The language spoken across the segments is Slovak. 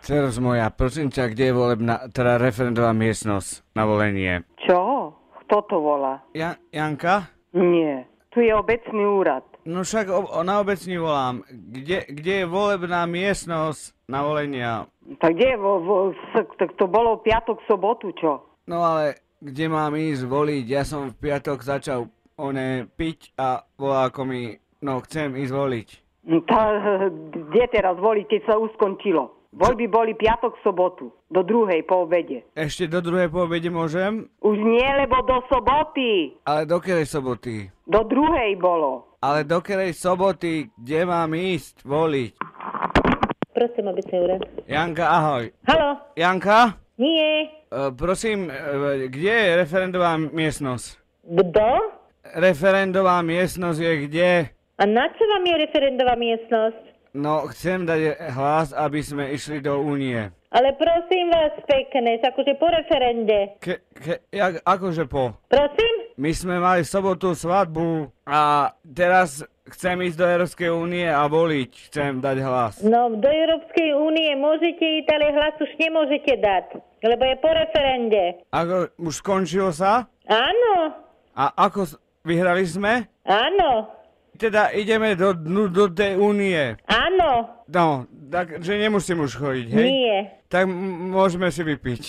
Ceros moja, prosím ťa, kde je volebná, teda referendová miestnosť na volenie? Čo? Kto to volá? Ja, Janka? Nie. Tu je obecný úrad. No však ob, na obecni volám. Kde, kde je volebná miestnosť na volenia? Tak kde je? Vo, vo, s, tak to bolo v piatok, sobotu, čo? No ale kde mám ísť voliť? Ja som v piatok začal one piť a volá ako mi, no chcem ísť voliť. No Tá, kde teraz voliť, keď sa uskončilo? Voľby boli piatok, sobotu. Do druhej po obede. Ešte do druhej po obede môžem? Už nie, lebo do soboty. Ale do kerej soboty? Do druhej bolo. Ale do kerej soboty, kde mám ísť voliť? Prosím, obecný úrad. Janka, ahoj. Halo? Janka? Nie. E, prosím, e, kde je referendová miestnosť? Kto? Referendová miestnosť je kde? A na čo vám je referendová miestnosť? No, chcem dať hlas, aby sme išli do únie. Ale prosím vás pekne, akože po referende. Ke, ke, jak, akože po? Prosím? My sme mali v sobotu svadbu a teraz chcem ísť do Európskej únie a voliť. Chcem dať hlas. No, do Európskej únie môžete ísť, ale hlas už nemôžete dať, lebo je po referende. Ako, už skončilo sa? Áno, A ako s- vyhrali sme? áno, Teda ideme do, dnu- do tej únie. áno, No, takže nemusím už chodiť, hej? nie. Tak m- môžeme si vypiť.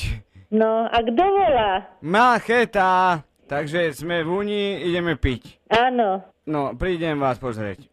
No, a kto volá? Malcheta! Takže sme v únii, ideme piť. Áno. No, prídem vás pozrieť.